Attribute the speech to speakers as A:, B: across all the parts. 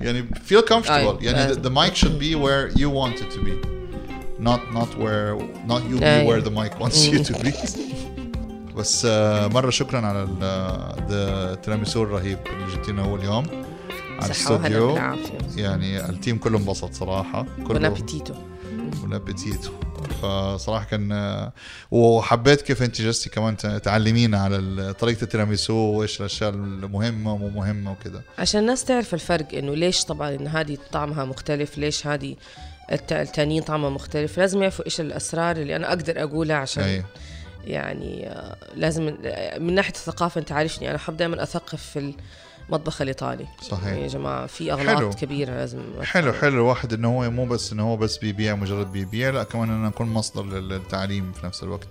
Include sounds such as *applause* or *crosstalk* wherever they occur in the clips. A: يعني feel comfortable
B: أيوة.
A: يعني the,
B: أيوة.
A: the mic should be where you want it to be not not where not you be
B: أيوة.
A: where the mic wants you to be
B: Mm.
A: *laughs* بس آه، مرة شكرا على ال- آه، the تيراميسو الرهيب اللي جبتينا أول يوم على
B: صحة وهلا
A: الاستوديو
B: بالعافية
A: يعني التيم كله انبسط صراحة
B: بون
A: كله
B: ابيتيتو
A: بون ابيتيت فصراحه كان آه، وحبيت كيف انت جلستي كمان تعلمينا على ال- طريقه التيراميسو وايش الاشياء المهمه ومو مهمه وكذا
B: عشان الناس تعرف الفرق انه ليش طبعا إن هذه طعمها مختلف ليش هذه الت- التانيين طعمها مختلف لازم يعرفوا ايش الاسرار اللي انا اقدر اقولها عشان
A: اي
B: يعني آه، لازم آه، من ناحيه الثقافه انت عارفني انا احب دائما اثقف في المطبخ الايطالي
A: صحيح.
B: يعني يا جماعه في
A: حلو.
B: اغلاط كبيره لازم
A: حلو حلو الواحد انه هو مو بس انه هو بس بيبيع مجرد بيبيع لا كمان انه اكون مصدر لل- للتعليم في نفس الوقت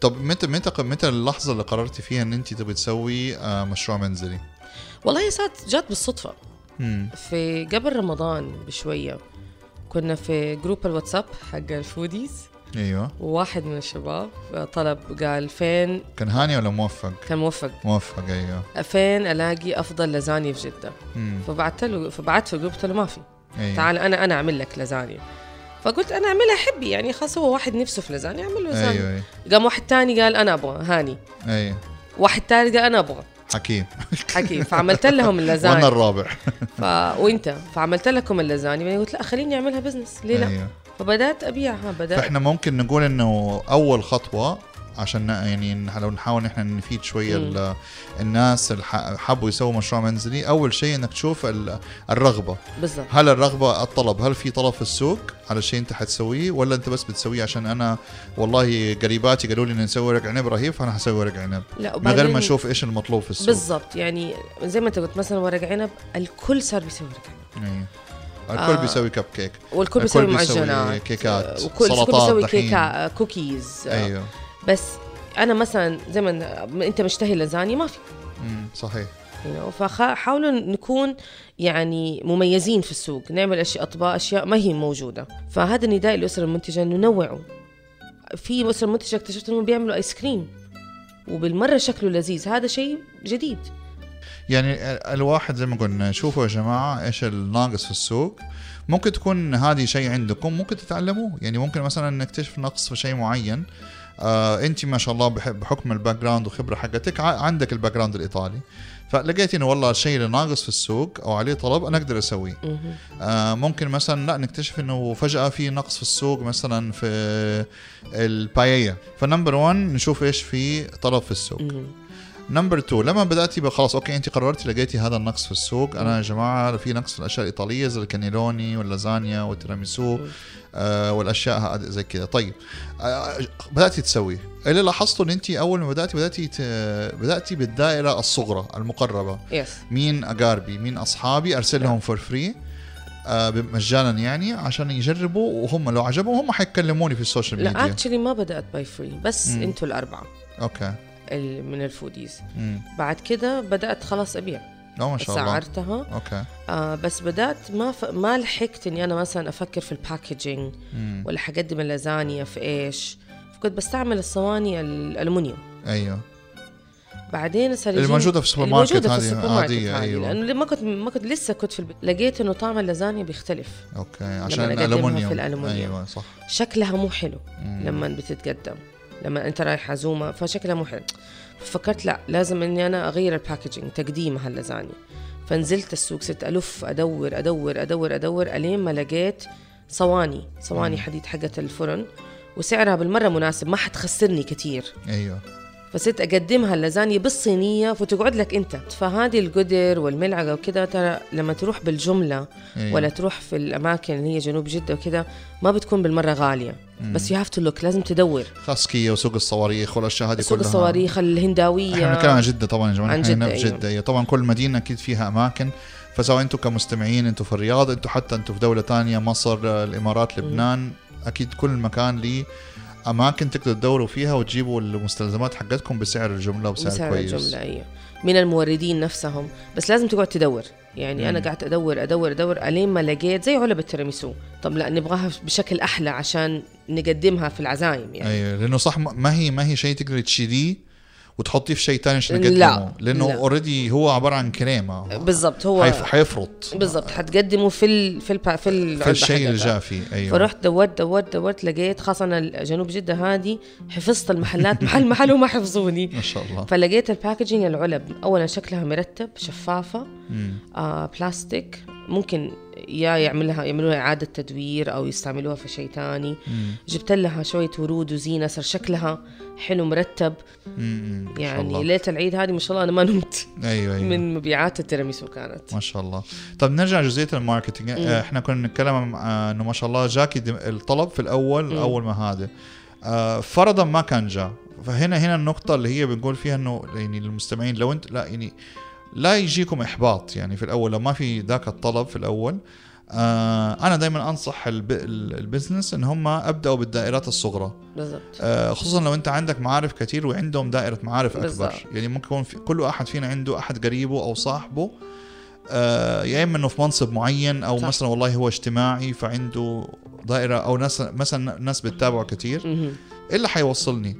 A: طب متى متى متى اللحظه اللي قررتي فيها ان انت تبي تسوي آه، مشروع منزلي
B: والله يا سات جات بالصدفه
A: مم.
B: في قبل رمضان بشويه كنا في جروب الواتساب حق الفوديز
A: ايوه
B: وواحد من الشباب طلب قال فين
A: كان هاني ولا موفق
B: كان موفق
A: موفق ايوه
B: فين الاقي افضل لازانيا في جده
A: مم.
B: فبعت له فبعت في الجروب قلت له ما في
A: ايوه
B: تعال انا انا اعمل لك لازانيا فقلت انا اعملها حبي يعني خلاص هو واحد نفسه في لازانيا اعمل له لازانيا
A: ايوه
B: قام واحد تاني قال انا ابغى هاني
A: ايوه
B: واحد تالت قال انا ابغى
A: حكيم
B: حكي فعملت لهم
A: وانا *laughs*
B: اللازانيا
A: الرابع
B: ف... وانت فعملت لكم اللازانيا بعدين قلت لا خليني اعملها بزنس ليه لا
A: أيوة.
B: فبدات ابيعها بدات
A: فاحنا ممكن نقول انه اول خطوه عشان ن- يعني نح- لو نحاول نحن نفيد شويه
B: مم.
A: ال- الناس اللي ح- حبوا يسووا مشروع منزلي اول شيء انك تشوف ال- الرغبه
B: بالضبط
A: هل الرغبه الطلب هل في طلب في السوق على شيء انت حتسويه ولا انت بس بتسويه عشان انا والله قريباتي قالوا لي إن نسوي ورق عنب رهيب فانا حسوي ورق عنب
B: لا
A: من غير
B: وبعدين-
A: ما اشوف ايش المطلوب في السوق
B: بالضبط يعني زي ما انت قلت مثلا ورق عنب الكل صار بيسوي ورق عنب
A: أيوة. الكل
B: آه.
A: بيسوي كب كيك
B: والكل بيسوي معجنات آه،
A: كيكات
B: وكل الكل
A: سلطات
B: بيسوي
A: دحين.
B: كيكه كوكيز
A: ايوه
B: آه، بس انا مثلا زي ما انت مشتهي لازانيا ما في
A: مم. صحيح
B: you know. فحاولوا نكون يعني مميزين في السوق نعمل أشياء أطباق أشياء ما هي موجودة فهذا النداء للأسر المنتجة إنه نوعوا في أسر منتجة اكتشفت إنهم بيعملوا آيس كريم وبالمرة شكله لذيذ هذا شيء جديد
A: يعني ال- الواحد زي ما قلنا شوفوا يا جماعة إيش الناقص في السوق ممكن تكون هذه شيء عندكم ممكن تتعلموه يعني ممكن مثلا نكتشف نقص في شيء معين آه انت ما شاء الله بح- بحكم الباك جراوند وخبره حقتك ع- عندك الباك جراوند الايطالي فلقيت انه والله الشيء اللي ناقص في السوق او عليه طلب انا اقدر اسويه
B: مهم.
A: آه ممكن مثلا لا نكتشف انه فجاه في نقص في السوق مثلا في البايية فنمبر 1 نشوف ايش في طلب في السوق
B: مهم.
A: نمبر 2 لما بداتي بقى خلاص اوكي انت قررتي لقيتي هذا النقص في السوق انا يا جماعه في نقص في الاشياء الايطاليه زي الكانيلوني واللازانيا والتيراميسو آه والاشياء هاد- زي كذا طيب آه بداتي تسوي اللي لاحظته ان انت اول ما بداتي بداتي ت... بداتي بالدائره الصغرى المقربه
B: يس
A: مين اقاربي مين اصحابي ارسل لهم فور فري مجانا يعني عشان يجربوا وهم لو عجبهم هم حيكلموني في السوشيال
B: لا
A: ميديا
B: اكشلي ما بدأت باي فري بس
A: مم.
B: انتوا الأربعة
A: اوكي
B: ال- من الفوديز
A: امم
B: بعد كده بدأت خلاص أبيع
A: أو ما شاء الله
B: سعرتها
A: اوكي
B: آه بس بدأت ما ف... ما لحقت إني أنا مثلا أفكر في الباكجينج
A: مم.
B: ولا حقدم اللازانيا في ايش فكنت بستعمل الصواني الالومنيوم
A: ايوه
B: بعدين صار
A: اللي
B: يجيني-
A: موجوده في السوبر ماركت
B: الموجوده في
A: هذه
B: السوبر ماركت
A: عاديه
B: هذه،
A: ايوه
B: لانه ما كنت ما كنت لسه كنت في البيت لقيت انه طعم اللازانيا بيختلف
A: اوكي عشان
B: نقدمها
A: الالومنيوم
B: في الألمنيوم.
A: ايوه صح
B: شكلها مو حلو
A: مم.
B: لما بتتقدم لما انت رايح عزومه فشكلها مو حلو ففكرت لا لازم اني انا اغير الباكجينج تقديم هاللازانيا فنزلت السوق صرت الف ادور ادور ادور ادور الين ما لقيت صواني صواني حديد حقت الفرن وسعرها بالمره مناسب ما حتخسرني كتير
A: ايوه
B: فصرت اقدمها اللازانيا بالصينيه فتقعد لك انت فهذه القدر والملعقه وكذا ترى لما تروح بالجمله
A: ايوه
B: ولا تروح في الاماكن اللي هي جنوب جده وكذا ما بتكون بالمره غاليه بس يو هاف تو لوك لازم تدور
A: خاسكيه وسوق الصواريخ والاشياء هذه
B: سوق
A: كلها
B: الصواريخ
A: احنا بنتكلم عن
B: الهنداويه
A: جده طبعا يا جماعه
B: عن
A: احنا هنا
B: جدة،
A: في
B: أيوة.
A: جده أيوة. طبعا كل مدينه اكيد فيها اماكن فسواء انتم كمستمعين انتم في الرياض انتم حتى انتم في دوله تانية مصر آه، الامارات لبنان اكيد كل مكان ليه اماكن تقدروا تدوروا فيها وتجيبوا المستلزمات حقتكم بسعر الجمله وبسعر
B: بسعر
A: كويس
B: الجمله ايوه من الموردين نفسهم بس لازم تقعد تدور يعني انا
A: مم.
B: قعدت ادور ادور ادور الين ما لقيت زي علبه تيراميسو طب لا نبغاها بشكل احلى عشان نقدمها في العزايم يعني
A: أيوة، ايوه لانه صح ما ما هي ما هي شيء تقدري تشيليه وتحطيه في شيء ثاني عشان
B: لا.
A: اقدمه لانه
B: لا.
A: اوريدي هو عباره عن كريمه
B: بالضبط هو
A: حيف- حيفرط
B: بالضبط حتقدمه في ال في ال في, ال
A: في الشيء اللي جاء فيه ايوه
B: فرحت دورت دورت دورت لقيت خاصة أنا جنوب جدة هذه حفظت المحلات محل محل وما حفظوني
A: ما شاء الله
B: فلقيت الباكجينج العلب أولا شكلها مرتب شفافة
A: مم.
B: آه بلاستيك ممكن يا يعملها يعملوها إعادة تدوير أو يستعملوها في شيء تاني
A: مم.
B: جبت لها شوية ورود وزينة صار شكلها حلو مرتب
A: مم. ما شاء
B: يعني
A: الله.
B: ليلة العيد هذه ما شاء الله أنا ما
A: *laughs*
B: نمت
A: ايوه ايوه
B: من مبيعات التيراميسو كانت
A: ما شاء الله طب نرجع جزئيه الماركتينج آه، احنا كنا نتكلم آه، انه ما شاء الله جاكي دم- الطلب في الاول
B: مم.
A: اول ما هذا آه، فرضا ما كان جاء فهنا هنا النقطه اللي هي بنقول فيها انه يعني للمستمعين لو انت لا يعني لا يجيكم احباط يعني في الاول لو ما في ذاك الطلب في الاول آه، انا دائما انصح الب- ال- البزنس ان هم ابداوا بالدائرات الصغرى
B: بالضبط
A: آه، خصوصا لو انت عندك معارف كتير وعندهم دائره معارف اكبر
B: بالظبط.
A: يعني ممكن يكون في كل احد فينا عنده احد قريبه او صاحبه آه، يا اما انه في منصب معين او
B: صح.
A: صح. مثلا والله هو اجتماعي فعنده دائره او ناس مثلا ناس بتتابعه كتير
B: مهم.
A: إيه اللي حيوصلني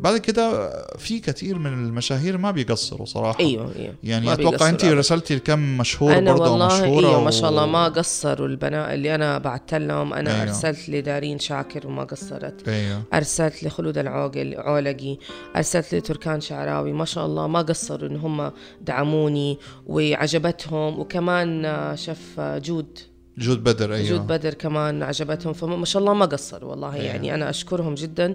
A: بعد كده في كتير من المشاهير ما بيقصروا صراحه
B: ايوه ايوه
A: يعني
B: ما
A: اتوقع انت
B: بيقصروا
A: رسلتي لكم مشهور
B: انا
A: برضه أو
B: والله
A: مشهوره
B: ايوه
A: و-
B: ما شاء الله ما قصروا البنات اللي انا بعت لهم انا
A: أيوة.
B: أيوه. ارسلت لدارين شاكر وما قصرت
A: ايوه
B: ارسلت لخلود العوقل عولقي ارسلت لتركان شعراوي ما شاء الله ما قصروا ان هم دعموني وعجبتهم وكمان آه، شف آه، جود
A: جود بدر ايوه
B: أيوه. جود بدر كمان عجبتهم فما شاء الله ما قصروا والله أيوه.
A: أيوة.
B: يعني انا اشكرهم جدا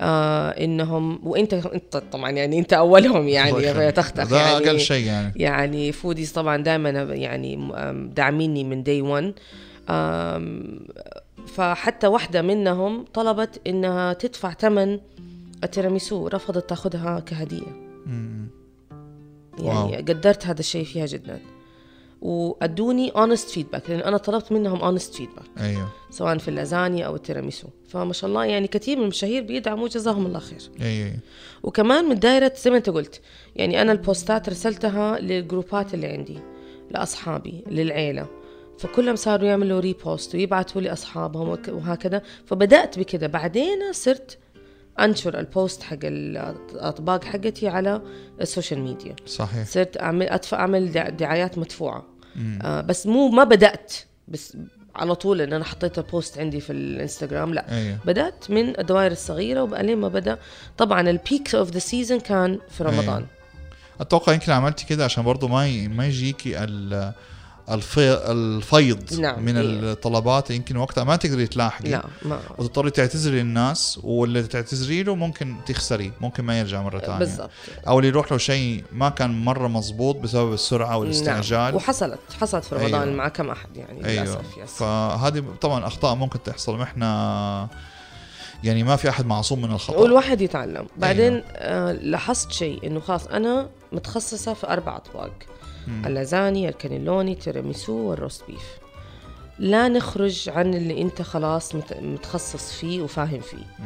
B: آه انهم وانت انت طبعا يعني انت اولهم يعني يا تختخ
A: ده
B: يعني
A: اقل شيء يعني
B: يعني فوديز طبعا دائما يعني م- داعميني من داي 1 فحتى واحدة منهم طلبت انها تدفع ثمن التيراميسو رفضت تاخذها كهدية
A: مم. واو.
B: يعني قدرت هذا الشيء فيها جدا وادوني اونست فيدباك لان انا طلبت منهم اونست فيدباك
A: ايوه
B: سواء في اللازانيا او التيراميسو فما شاء الله يعني كثير من المشاهير بيدعموا جزاهم الله خير
A: ايوه أيوة.
B: وكمان من دايرة زي ما انت قلت يعني أنا البوستات رسلتها للجروبات اللي عندي لأصحابي للعيلة فكلهم صاروا يعملوا ريبوست ويبعتوا لي أصحابهم وك- وهكذا فبدأت بكده بعدين صرت أنشر البوست حق الأطباق حقتي على السوشيال ميديا
A: صحيح
B: صرت أعمل أدفع أعمل دع- دعايات مدفوعة
A: مم.
B: آه بس مو ما بدأت بس على طول إن أنا حطيت البوست عندي في الانستغرام لا
A: ايوه
B: بدات من الدوائر الصغيره وبعدين ما بدا طبعا البيك اوف ذا سيزون كان في رمضان
A: اتوقع يمكن عملتي كده عشان برضو ما ي... ما يجيكي ال... الفي... الفيض
B: نعم،
A: من
B: أيوة.
A: الطلبات يمكن وقتها ما تقدري تلاحقي
B: لا ما
A: وتضطري تعتذري للناس واللي تعتذري له ممكن تخسري ممكن ما يرجع مره ثانيه
B: بالضبط
A: او اللي يروح له شيء ما كان مره مزبوط بسبب السرعه والاستعجال
B: نعم. وحصلت حصلت في رمضان
A: أيوة.
B: أيوة. مع كم احد يعني
A: ايوه
B: للاسف يس
A: فهذه طبعا اخطاء ممكن تحصل ما احنا يعني ما في احد معصوم من الخطا
B: والواحد
A: أيوه.
B: يتعلم بعدين آه لاحظت شيء انه خلاص انا متخصصه في اربع اطباق
A: مم.
B: اللازانيا الكانيلوني تيراميسو والروست بيف لا نخرج عن اللي انت خلاص مت- متخصص فيه وفاهم فيه
A: مم.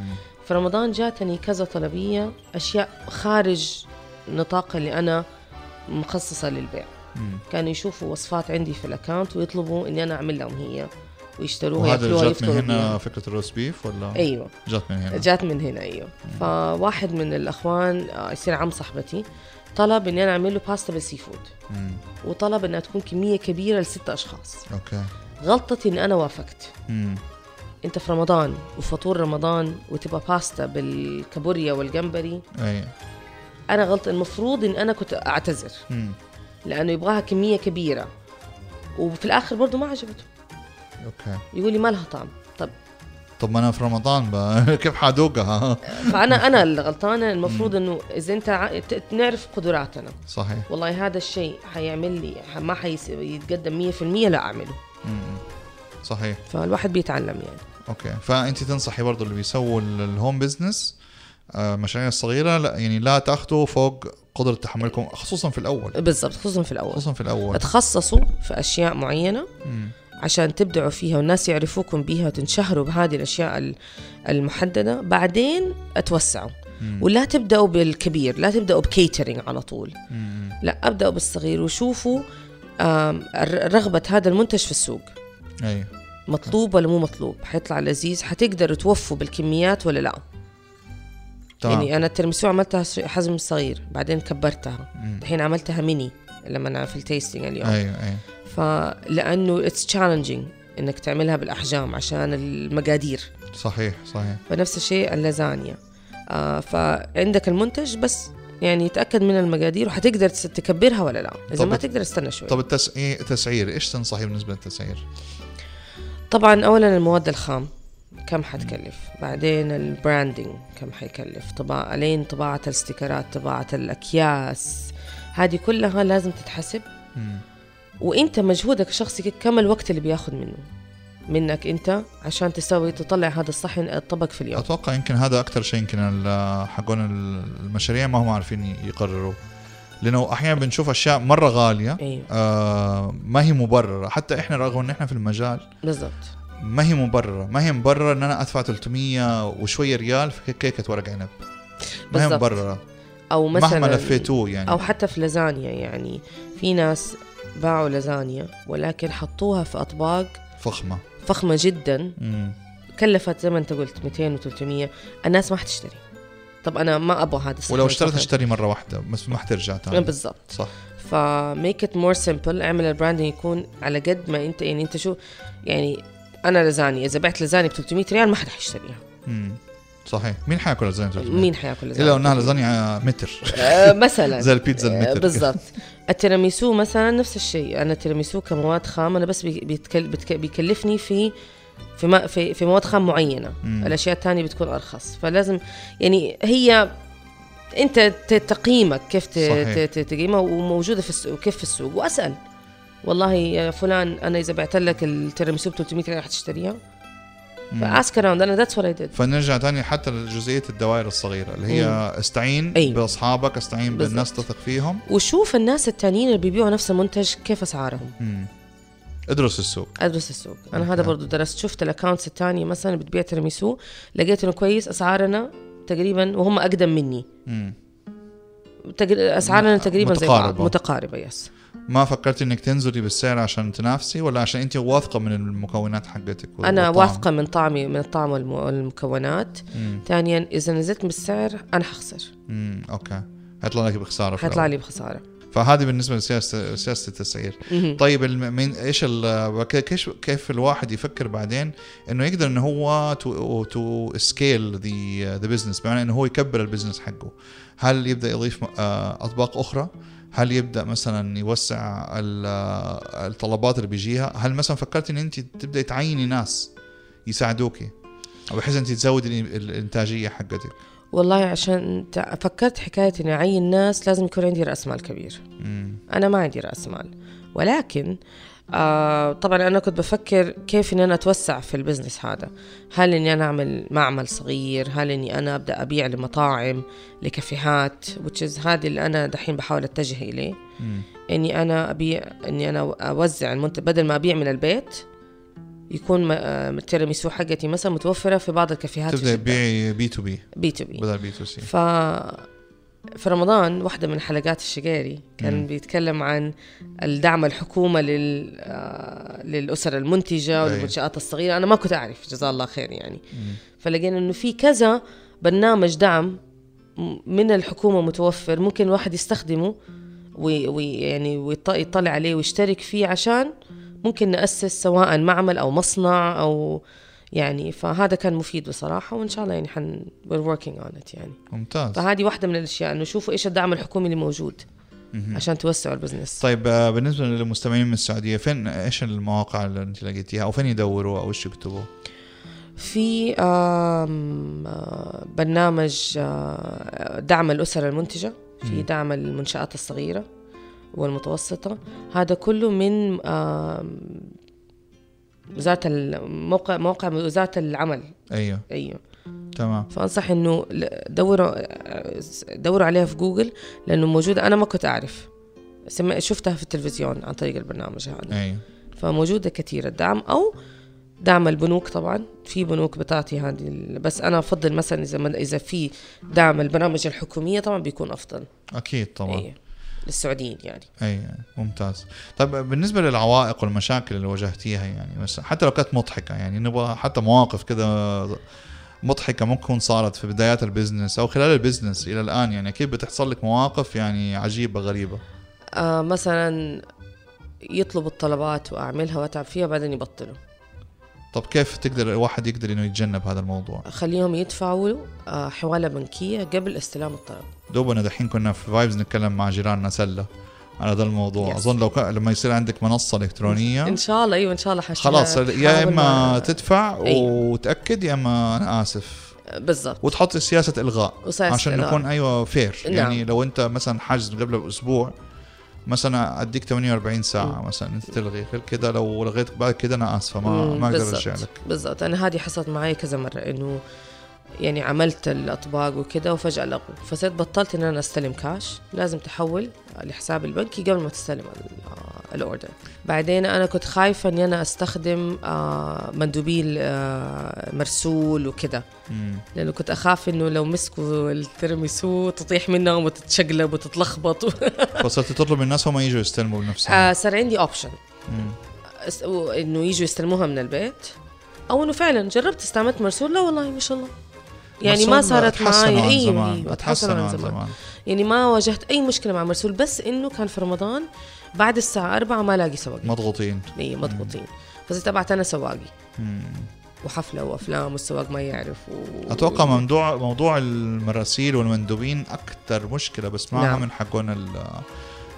B: في رمضان جاتني كذا طلبية أشياء خارج نطاق اللي أنا مخصصة للبيع
A: مم.
B: كانوا يشوفوا وصفات عندي في الأكاونت ويطلبوا إني أنا أعمل لهم هي ويشتروها
A: وهذا
B: ياكلوها
A: اللي جات من
B: يفطروا
A: هنا
B: بيها
A: فكره الروست بيف ولا
B: أيوة
A: جات من هنا
B: يعني. جات من هنا أيوة
A: نعم.
B: فواحد من الأخوان آه، يصير عم صاحبتي طلب إني أنا أعمل له باستا بالسي فود
A: مم.
B: وطلب إنها تكون كمية كبيرة لستة أشخاص
A: اوكي
B: غلطتي إني أنا وافقت
A: مم.
B: انت في رمضان وفطور رمضان وتبقى باستا بالكابوريا والجمبري
A: اي
B: انا غلط المفروض ان انا كنت اعتذر
A: مم.
B: لانه يبغاها كميه كبيره وفي الاخر برضه ما عجبته
A: اوكي
B: يقول لي ما لها طعم طب
A: طب ما انا في رمضان بقى *laughs* كيف حادوقها
B: فانا انا اللي غلطانه المفروض انه اذا انت ع- ت- نعرف قدراتنا
A: صحيح
B: والله هذا الشيء حيعمل لي ح- ما حيتقدم 100% لا اعمله
A: مم. صحيح
B: فالواحد بيتعلم يعني
A: اوكي فانت تنصحي برضو اللي بيسووا ال- الهوم بزنس آه، المشاريع الصغيره لا يعني لا تاخذوا فوق قدره تحملكم خصوصا في الاول
B: بالضبط خصوصا في الاول
A: خصوصا في الاول
B: تخصصوا في اشياء معينه
A: مم.
B: عشان تبدعوا فيها والناس يعرفوكم بيها وتنشهروا بهذه الاشياء ال- المحدده بعدين اتوسعوا
A: مم.
B: ولا تبداوا بالكبير لا تبداوا بكيترينج على طول
A: مم.
B: لا ابداوا بالصغير وشوفوا آم، ر- رغبه هذا المنتج في السوق
A: اي
B: مطلوب ولا مو مطلوب حيطلع لذيذ حتقدروا توفوا بالكميات ولا لا
A: تمام
B: يعني انا الترمسو عملتها ش- حجم صغير بعدين كبرتها
A: مم.
B: الحين عملتها ميني لما انا في يعني. التيستنج اليوم
A: ايوه ايوه
B: فلانه اتس تشالنجينج انك تعملها بالاحجام عشان المقادير
A: صحيح صحيح
B: فنفس الشيء اللازانيا آه فعندك المنتج بس يعني تاكد من المقادير وحتقدر تس- تكبرها ولا لا اذا
A: طب
B: ما
A: الت-
B: تقدر استنى شوي
A: طب التسعير التسعير ايش تنصحي بالنسبه للتسعير؟
B: طبعا اولا المواد الخام كم حتكلف بعدين البراندنج كم حيكلف طبعا الين طباعه الستيكرات طباعه الاكياس هذه كلها لازم تتحسب
A: مم.
B: وانت مجهودك الشخصي كم الوقت اللي بياخد منه منك انت عشان تسوي تطلع هذا الصحن الطبق في اليوم
A: اتوقع يمكن هذا اكثر شيء يمكن ال- حقون ال- المشاريع ما هم عارفين يقرروا لانه احيانا بنشوف اشياء مره غاليه
B: ايوه
A: آه ما هي مبرره حتى احنا رغم ان احنا في المجال
B: بالضبط
A: ما هي مبرره ما هي مبرره ان انا ادفع 300 وشويه ريال في كيكه ورق عنب ما هي
B: بالضبط.
A: مبرره
B: او مثلا
A: مهما لفيتوه يعني
B: او حتى في لازانيا يعني في ناس باعوا لازانيا ولكن حطوها في اطباق
A: فخمه
B: فخمه جدا
A: مم.
B: كلفت زي ما انت قلت 200 و300 الناس ما حتشتري طب انا ما ابغى هذا الصحن
A: ولو اشتريت
B: الفخم.
A: اشتري مره واحده بس ما حترجع تاني
B: بالضبط
A: صح
B: فميك ات مور سمبل اعمل البراندنج يكون على قد ما انت يعني انت شو يعني انا لازانيا اذا بعت لازانيا ب 300 ريال ما حد حيشتريها
A: مم. صحيح مين حياكل لازانيا 300؟
B: مين حياكل لازانيا
A: الا انها لازانيا متر
B: آه، مثلا
A: زي البيتزا المتر
B: آه،
A: كده.
B: بالضبط التيراميسو مثلا نفس الشيء انا التيراميسو كمواد خام انا بس بي- بيتكل... بتك... بيكلفني في في, ما... في في مواد خام معينه
A: مم.
B: الاشياء الثانيه بتكون ارخص فلازم يعني هي انت ت- تقييمك كيف ت...
A: صحيح.
B: ت... ت- تقيمها وموجوده في السوق كيف في السوق واسال والله يا فلان انا اذا بعت لك التيراميسو ب 300 ريال حتشتريها
A: مم.
B: فاسك اراوند انا ذاتس وات اي ديد
A: فنرجع تاني حتى لجزئيه الدوائر الصغيره اللي هي استعين
B: أيوة.
A: باصحابك استعين
B: بالضبط.
A: بالناس تثق فيهم
B: وشوف الناس التانيين اللي بيبيعوا نفس المنتج كيف اسعارهم
A: مم. ادرس السوق
B: ادرس السوق انا هذا
A: أوكي.
B: برضو درست شفت الاكونتس الثانيه مثلا بتبيع ترميسو لقيت انه كويس اسعارنا تقريبا وهم اقدم مني
A: مم.
B: تقر... اسعارنا تقريبا زي بعض
A: متقاربة.
B: متقاربه يس
A: ما فكرت انك تنزلي بالسعر عشان تنافسي ولا عشان انت واثقه من المكونات حقتك وال-
B: انا
A: والطعم؟
B: واثقه من طعمي من الطعم والم- والمكونات
A: مم.
B: ثانيا اذا نزلت بالسعر انا حخسر
A: مم. اوكي حيطلع لك بخساره في
B: حيطلع
A: الأول.
B: لي بخساره
A: فهذه بالنسبه لسياسه سياسه التسعير
B: مهم.
A: طيب الم... من ايش ال... كيف كيف الواحد يفكر بعدين انه يقدر انه هو تو تو سكيل ذا ذا بزنس بمعنى انه هو يكبر البزنس حقه هل يبدا يضيف م- آه، اطباق اخرى هل يبدا مثلا يوسع ال- آه، الطلبات اللي بيجيها هل مثلا فكرت ان انت تبداي تعيني ناس يساعدوكي بحيث انت تزودي الإن- الانتاجيه حقتك
B: والله عشان تع- فكرت حكايه اني اعين ناس لازم يكون عندي راس مال كبير
A: مم.
B: انا ما عندي راس مال ولكن آه طبعا انا كنت بفكر كيف اني انا اتوسع في البزنس هذا هل اني انا اعمل معمل صغير هل اني انا ابدا ابيع لمطاعم لكافيهات which is هذه اللي انا دحين بحاول اتجه اليه
A: مم.
B: اني انا ابيع اني انا اوزع المنتج بدل ما ابيع من البيت يكون م- آه، التيراميسو حقتي مثلا متوفره في بعض الكافيهات
A: تبداي تبيعي بي تو بي
B: بي تو بي
A: بدل بي تو سي
B: ف في رمضان واحدة من حلقات الشقيري كان
A: مم.
B: بيتكلم عن الدعم الحكومة لل... آه، للأسر المنتجة
A: أي.
B: والمنشآت الصغيرة أنا ما كنت أعرف جزاه الله خير يعني فلقينا إنه في كذا برنامج دعم م- من الحكومة متوفر ممكن الواحد يستخدمه ويعني وي يعني ويط- يطلع عليه ويشترك فيه عشان ممكن نأسس سواء معمل أو مصنع أو يعني فهذا كان مفيد بصراحة وإن شاء الله يعني حن we're working on it يعني
A: ممتاز
B: فهذه واحدة من الأشياء إنه شوفوا إيش الدعم الحكومي اللي موجود
A: مهم.
B: عشان توسعوا البزنس
A: طيب آه، بالنسبه للمستمعين من السعوديه فين ايش المواقع اللي انت لقيتيها او فين يدوروا او ايش يكتبوا؟
B: في آم، آه، برنامج آه، دعم الأسر المنتجة في
A: مم.
B: دعم المنشآت الصغيرة والمتوسطة هذا كله من آم، وزارة الموقع موقع وزارة العمل
A: ايوه
B: أيوه
A: تمام
B: فأنصح إنه ل- دوروا آه، دوروا عليها في جوجل لأنه موجودة أنا ما كنت أعرف سم- شفتها في التلفزيون عن طريق البرنامج هذا
A: ايوه
B: فموجودة كثير الدعم أو دعم البنوك طبعا في بنوك بتعطي هذه ال- بس أنا أفضل مثلا إذا ما إذا في دعم البرامج الحكومية طبعا بيكون أفضل
A: اكيد طبعا
B: أي. للسعوديين يعني
A: اي أيوة، ممتاز طيب آه، بالنسبه للعوائق والمشاكل اللي واجهتيها يعني بس حتى لو كانت مضحكه يعني نبغى حتى مواقف كده مضحكه ممكن صارت في بدايات البزنس او خلال البزنس الى الان يعني اكيد بتحصل لك مواقف يعني عجيبه غريبه
B: آه مثلا يطلب الطلبات واعملها واتعب فيها بعدين يبطلوا
A: طب كيف تقدر الواحد يقدر انه يتجنب هذا الموضوع
B: خليهم يدفعوا آه حواله بنكيه قبل استلام الطلب
A: دوبنا دحين كنا في فايبز نتكلم مع جيراننا سله على هذا الموضوع
B: Yes.
A: اظن لو كان لما يصير عندك منصه الكترونيه
B: ان شاء الله ايوه ان شاء الله حش-
A: نعم. خلاص يا
B: حاول
A: اما
B: ما-
A: تدفع
B: أيوة.
A: وتاكد يا اما انا اسف
B: بالضبط
A: وتحط سياسه الغاء
B: وسياسة
A: عشان
B: الإدارة.
A: نكون ايوه فير
B: نعم.
A: يعني لو انت مثلا حجز قبل باسبوع مثلا اديك 48 ساعه مثلا انت تلغي غير كده لو لغيت بعد كده انا اسفه ما
B: مم،
A: ما اقدر
B: بالضبط.
A: ارجع لك
B: بالضبط انا هذه حصلت معي كذا مره انه يعني عملت الاطباق وكده وفجاه لغوا فصرت بطلت ان انا استلم كاش لازم تحول لحساب البنكي قبل ما تستلم ال- الاوردر بعدين انا كنت خايفه اني انا استخدم آه، مندوبي آه، مرسول وكده
A: مم.
B: لانه كنت اخاف انه لو مسكوا الترميسو تطيح منهم وتتشقلب وتتلخبط
A: طيب. فصرت تطلب من الناس هم يجوا يستلموا بنفسهم
B: *laughs* آه، صار عندي اوبشن
A: مم.
B: أس- و- انه يجوا يستلموها من البيت او انه فعلا جربت استعملت مرسول لا والله ما شاء الله يعني ما
A: مرسول
B: صارت
A: اتحسنوا
B: معي
A: عن
B: ايوه
A: زمان
B: ايوه
A: اتحسنوا
B: تحسنوا
A: عن زمان
B: يعني ما واجهت اي مشكله مع مرسول بس انه كان في رمضان بعد الساعه 4 ما لاقي سواق
A: مضغوطين
B: اي مضبوطين فصرت ابعت انا سواقي
A: مم.
B: وحفله وافلام والسواق ما يعرف و... إيه،
A: اتوقع موضوع موضوع المراسيل والمندوبين اكثر مشكله بسمعها نعم.
B: نعم.
A: من حقون ال-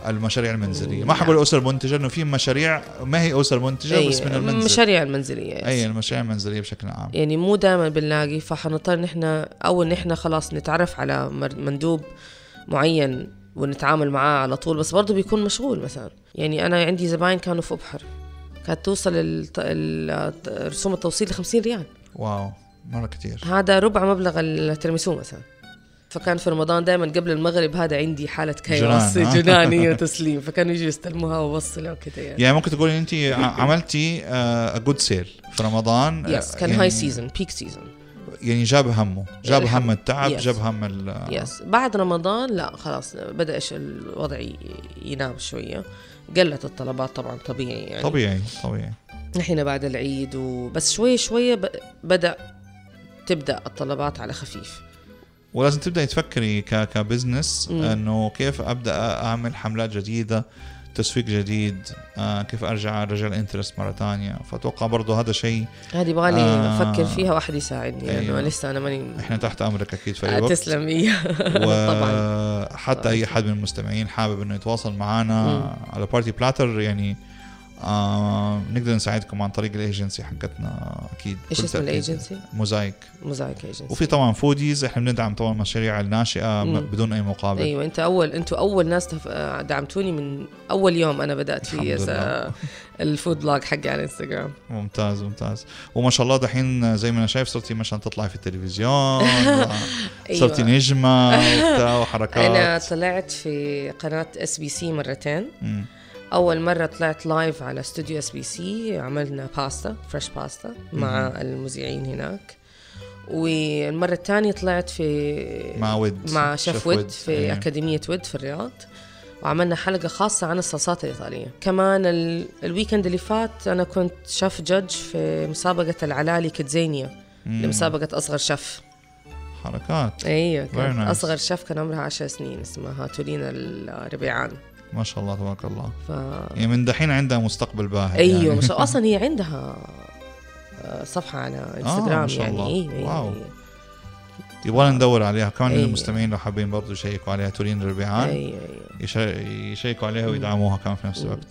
A: المشاريع المنزليه ما
B: نعم.
A: حقول اسر منتجه انه في مشاريع ما هي اسر منتجه
B: أي،
A: بس من المنزل
B: مشاريع المنزليه
A: اي المشاريع المنزليه بشكل عام
B: يعني مو دائما بنلاقي فحنضطر نحن او ان احنا خلاص نتعرف على مر- مندوب معين ونتعامل معاه على طول بس برضه بيكون مشغول مثلا يعني انا عندي زباين كانوا في ابحر كانت توصل الت- الت- رسوم التوصيل ل 50 ريال
A: واو مره كثير
B: هذا ربع مبلغ الترميسو مثلا فكان في رمضان دائما قبل المغرب هذا عندي حاله كيوس
A: جنان، ها؟
B: جناني وتسليم فكانوا يجوا يستلموها ووصلوا كده يعني
A: يعني ممكن تقولي انت ع- عملتي آه، جود سيل في رمضان
B: يس
A: آه،
B: كان
A: يعني-
B: هاي سيزون بيك سيزون
A: يعني جاب همه جاب
B: الحمد.
A: هم التعب
B: Yes.
A: جاب هم ال
B: يس بعد رمضان لا خلاص بدا إيش الوضع ي- ينام شويه قلت الطلبات طبعا طبيعي يعني
A: طبيعي طبيعي
B: نحن بعد العيد وبس شوي شوي ب- بدا تبدا الطلبات على خفيف
A: ولازم تبداي تفكري ك- كبزنس
B: مم.
A: انه كيف ابدا اعمل حملات جديده تسويق جديد آه كيف ارجع ارجع الانترست مره ثانيه فاتوقع برضه هذا شيء
B: هذه يبغى لي
A: آه.
B: افكر فيها واحد يساعدني لانه
A: أيوة.
B: لسه انا ماني
A: احنا تحت امرك اكيد في اي
B: آه،
A: وقت
B: تسلم *laughs* إيه. طبعا
A: وحتى اي حد من المستمعين حابب انه يتواصل معنا على بارتي بلاتر يعني آه نقدر نساعدكم عن طريق الايجنسي حقتنا اكيد
B: ايش
A: بكل
B: اسم
A: تأكيد.
B: الايجنسي؟
A: موزايك
B: موزايك ايجنسي
A: وفي طبعا فوديز احنا بندعم طبعا المشاريع الناشئه م-
B: مم.
A: بدون اي مقابل
B: ايوه انت اول انتوا اول ناس تف- آه، دعمتوني من اول يوم انا بدات
A: الحمد
B: فيه as a- آه، الفود بلوج حقي على انستغرام
A: ممتاز ممتاز وما شاء الله دحين زي ما انا شايف صرتي مثلا تطلعي في
B: *laughs*
A: التلفزيون صرتي
B: أيوة.
A: نجمه وبتاع وحركات
B: انا طلعت في قناه اس بي سي مرتين
A: مم.
B: اول مره طلعت لايف على استوديو اس بي سي عملنا باستا فريش باستا مع المذيعين هناك والمره الثانيه طلعت في
A: مع ود
B: مع شيف ود في
A: أيوة.
B: اكاديميه ود في الرياض وعملنا حلقه خاصه عن الصلصات الايطاليه كمان ال... الويكند اللي فات انا كنت شيف جدج في مسابقه العلالي كتزينيا
A: مم.
B: لمسابقه اصغر شيف
A: حركات
B: ايوه كانت
A: nice.
B: اصغر شيف كان عمرها 10 سنين اسمها تولينا الربيعان
A: ما شاء الله تبارك الله
B: ف
A: *laughs* يعني من دحين عندها مستقبل باهر
B: ايوه
A: يعني.
B: ما شاء الله اصلا هي عندها آه، صفحه على انستغرام
A: ما شاء
B: يعني
A: الله.
B: ايوه أيوة،
A: واو.
B: أيوة.
A: يبغى ندور عليها كمان
B: أيوة.
A: المستمعين لو حابين برضه يشيكوا عليها تورين الربيعان
B: ايوه ايوه
A: يش- يشيكوا عليها ويدعموها كمان في نفس الوقت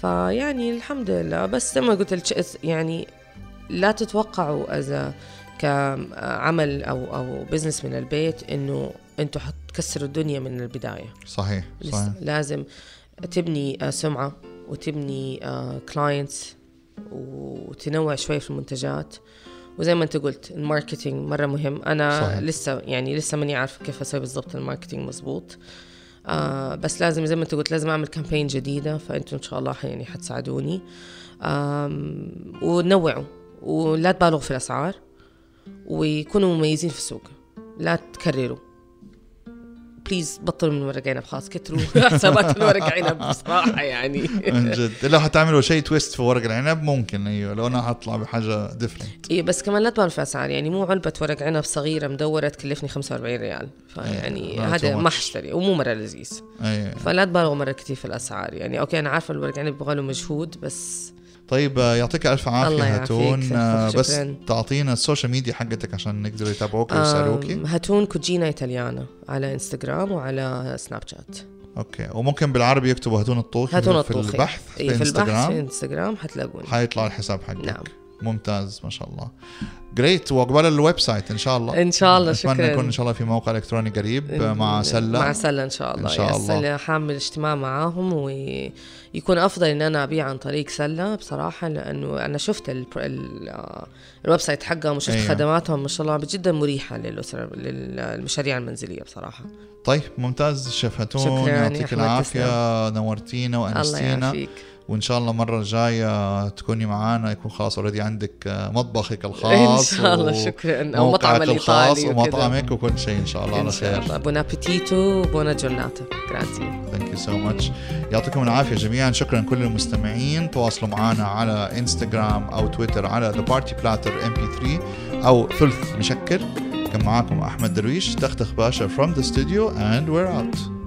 B: فيعني الحمد لله بس زي ما قلت الش- يعني لا تتوقعوا اذا كعمل او او بزنس من البيت انه انتم حتكسروا الدنيا من البدايه
A: صحيح
B: لس-
A: صحيح
B: لازم تبني آه، سمعة وتبني كلاينتس وتنوع شوي في المنتجات وزي ما انت قلت الماركتينج مرة مهم انا
A: صحيح.
B: صحيح. لسه يعني لسه ماني عارفة كيف اسوي بالضبط الماركتينج مزبوط آه بس لازم زي ما انت قلت لازم اعمل كامبين جديدة فانتم ان شاء الله ح- يعني حتساعدوني آم، ونوعوا ولا تبالغوا في الاسعار ويكونوا مميزين في السوق لا تكرروا بليز بطلوا من ورق عنب خلاص *laughs* كتروا حسابات الورق عنب بصراحه يعني
A: *laughs* من جد لو حتعملوا شيء تويست في ورق العنب ممكن ايوه لو انا حطلع بحاجه ديفرنت
B: إيه بس كمان لا تبان في اسعار يعني مو علبه ورق عنب صغيره مدوره تكلفني 45 ريال
A: إيه،
B: فيعني
A: لا،
B: هذا
A: too
B: ما
A: much.
B: حشتري ومو مره لذيذ
A: ايوه
B: فلا تبالغوا مره كثير في الاسعار يعني اوكي انا عارفه الورق عنب يبغى له مجهود بس
A: طيب آه، يعطيك الف
B: الله
A: عافيه
B: يعافيك،
A: هاتون
B: ألف
A: آه،
B: ألف
A: بس
B: شكراً.
A: تعطينا السوشيال ميديا حقتك عشان يقدروا يتابعوك
B: آم،
A: ويسالوكي
B: هاتون كوجينا ايطاليانا على انستغرام وعلى سناب شات
A: اوكي وممكن بالعربي يكتبوا هاتون الطوخي
B: هاتون
A: في
B: الطوخي
A: البحث في,
B: إيه في البحث في
A: انستغرام
B: انستغرام حتلاقوني
A: حيطلع الحساب حقك
B: نعم
A: ممتاز ما شاء الله جريت وعقبال الويب سايت ان شاء الله
B: ان شاء الله
A: اتمنى
B: شكرا
A: يكون ان شاء الله في موقع الكتروني قريب آه، مع سله
B: مع سله ان شاء الله
A: إن شاء
B: يا
A: الله.
B: سله حامل اجتماع معاهم ويكون افضل ان انا ابيع عن طريق سله بصراحه لانه انا شفت ال ال آه، الويب سايت حقهم وشفت
A: أيوة.
B: خدماتهم ما شاء الله جدا مريحه للاسره للمشاريع المنزليه بصراحه
A: طيب ممتاز شيف هاتون
B: شكراً يا
A: يعطيك
B: أحمد،
A: العافيه نورتينا
B: الله
A: وانستينا
B: يعافيك
A: وان شاء الله المره الجايه تكوني معانا يكون خلاص اوريدي عندك آه، مطبخك
B: ان
A: الخاص
B: شاء الله
A: و-
B: شكرا او
A: موقعك
B: مطعم
A: الخاص
B: الايطالي وكذا.
A: ومطعمك وكل شيء ان شاء الله على
B: ان شاء
A: خير
B: الله بون ابيتيتو بونا جورناتا جراتي
A: ثانك يو سو ماتش يعطيكم العافيه جميعا شكرا كل المستمعين تواصلوا معنا على انستغرام او تويتر على ذا بارتي بلاتر ام بي 3 او ثلث مشكل كان معاكم احمد درويش تختخ باشا from the studio and we're out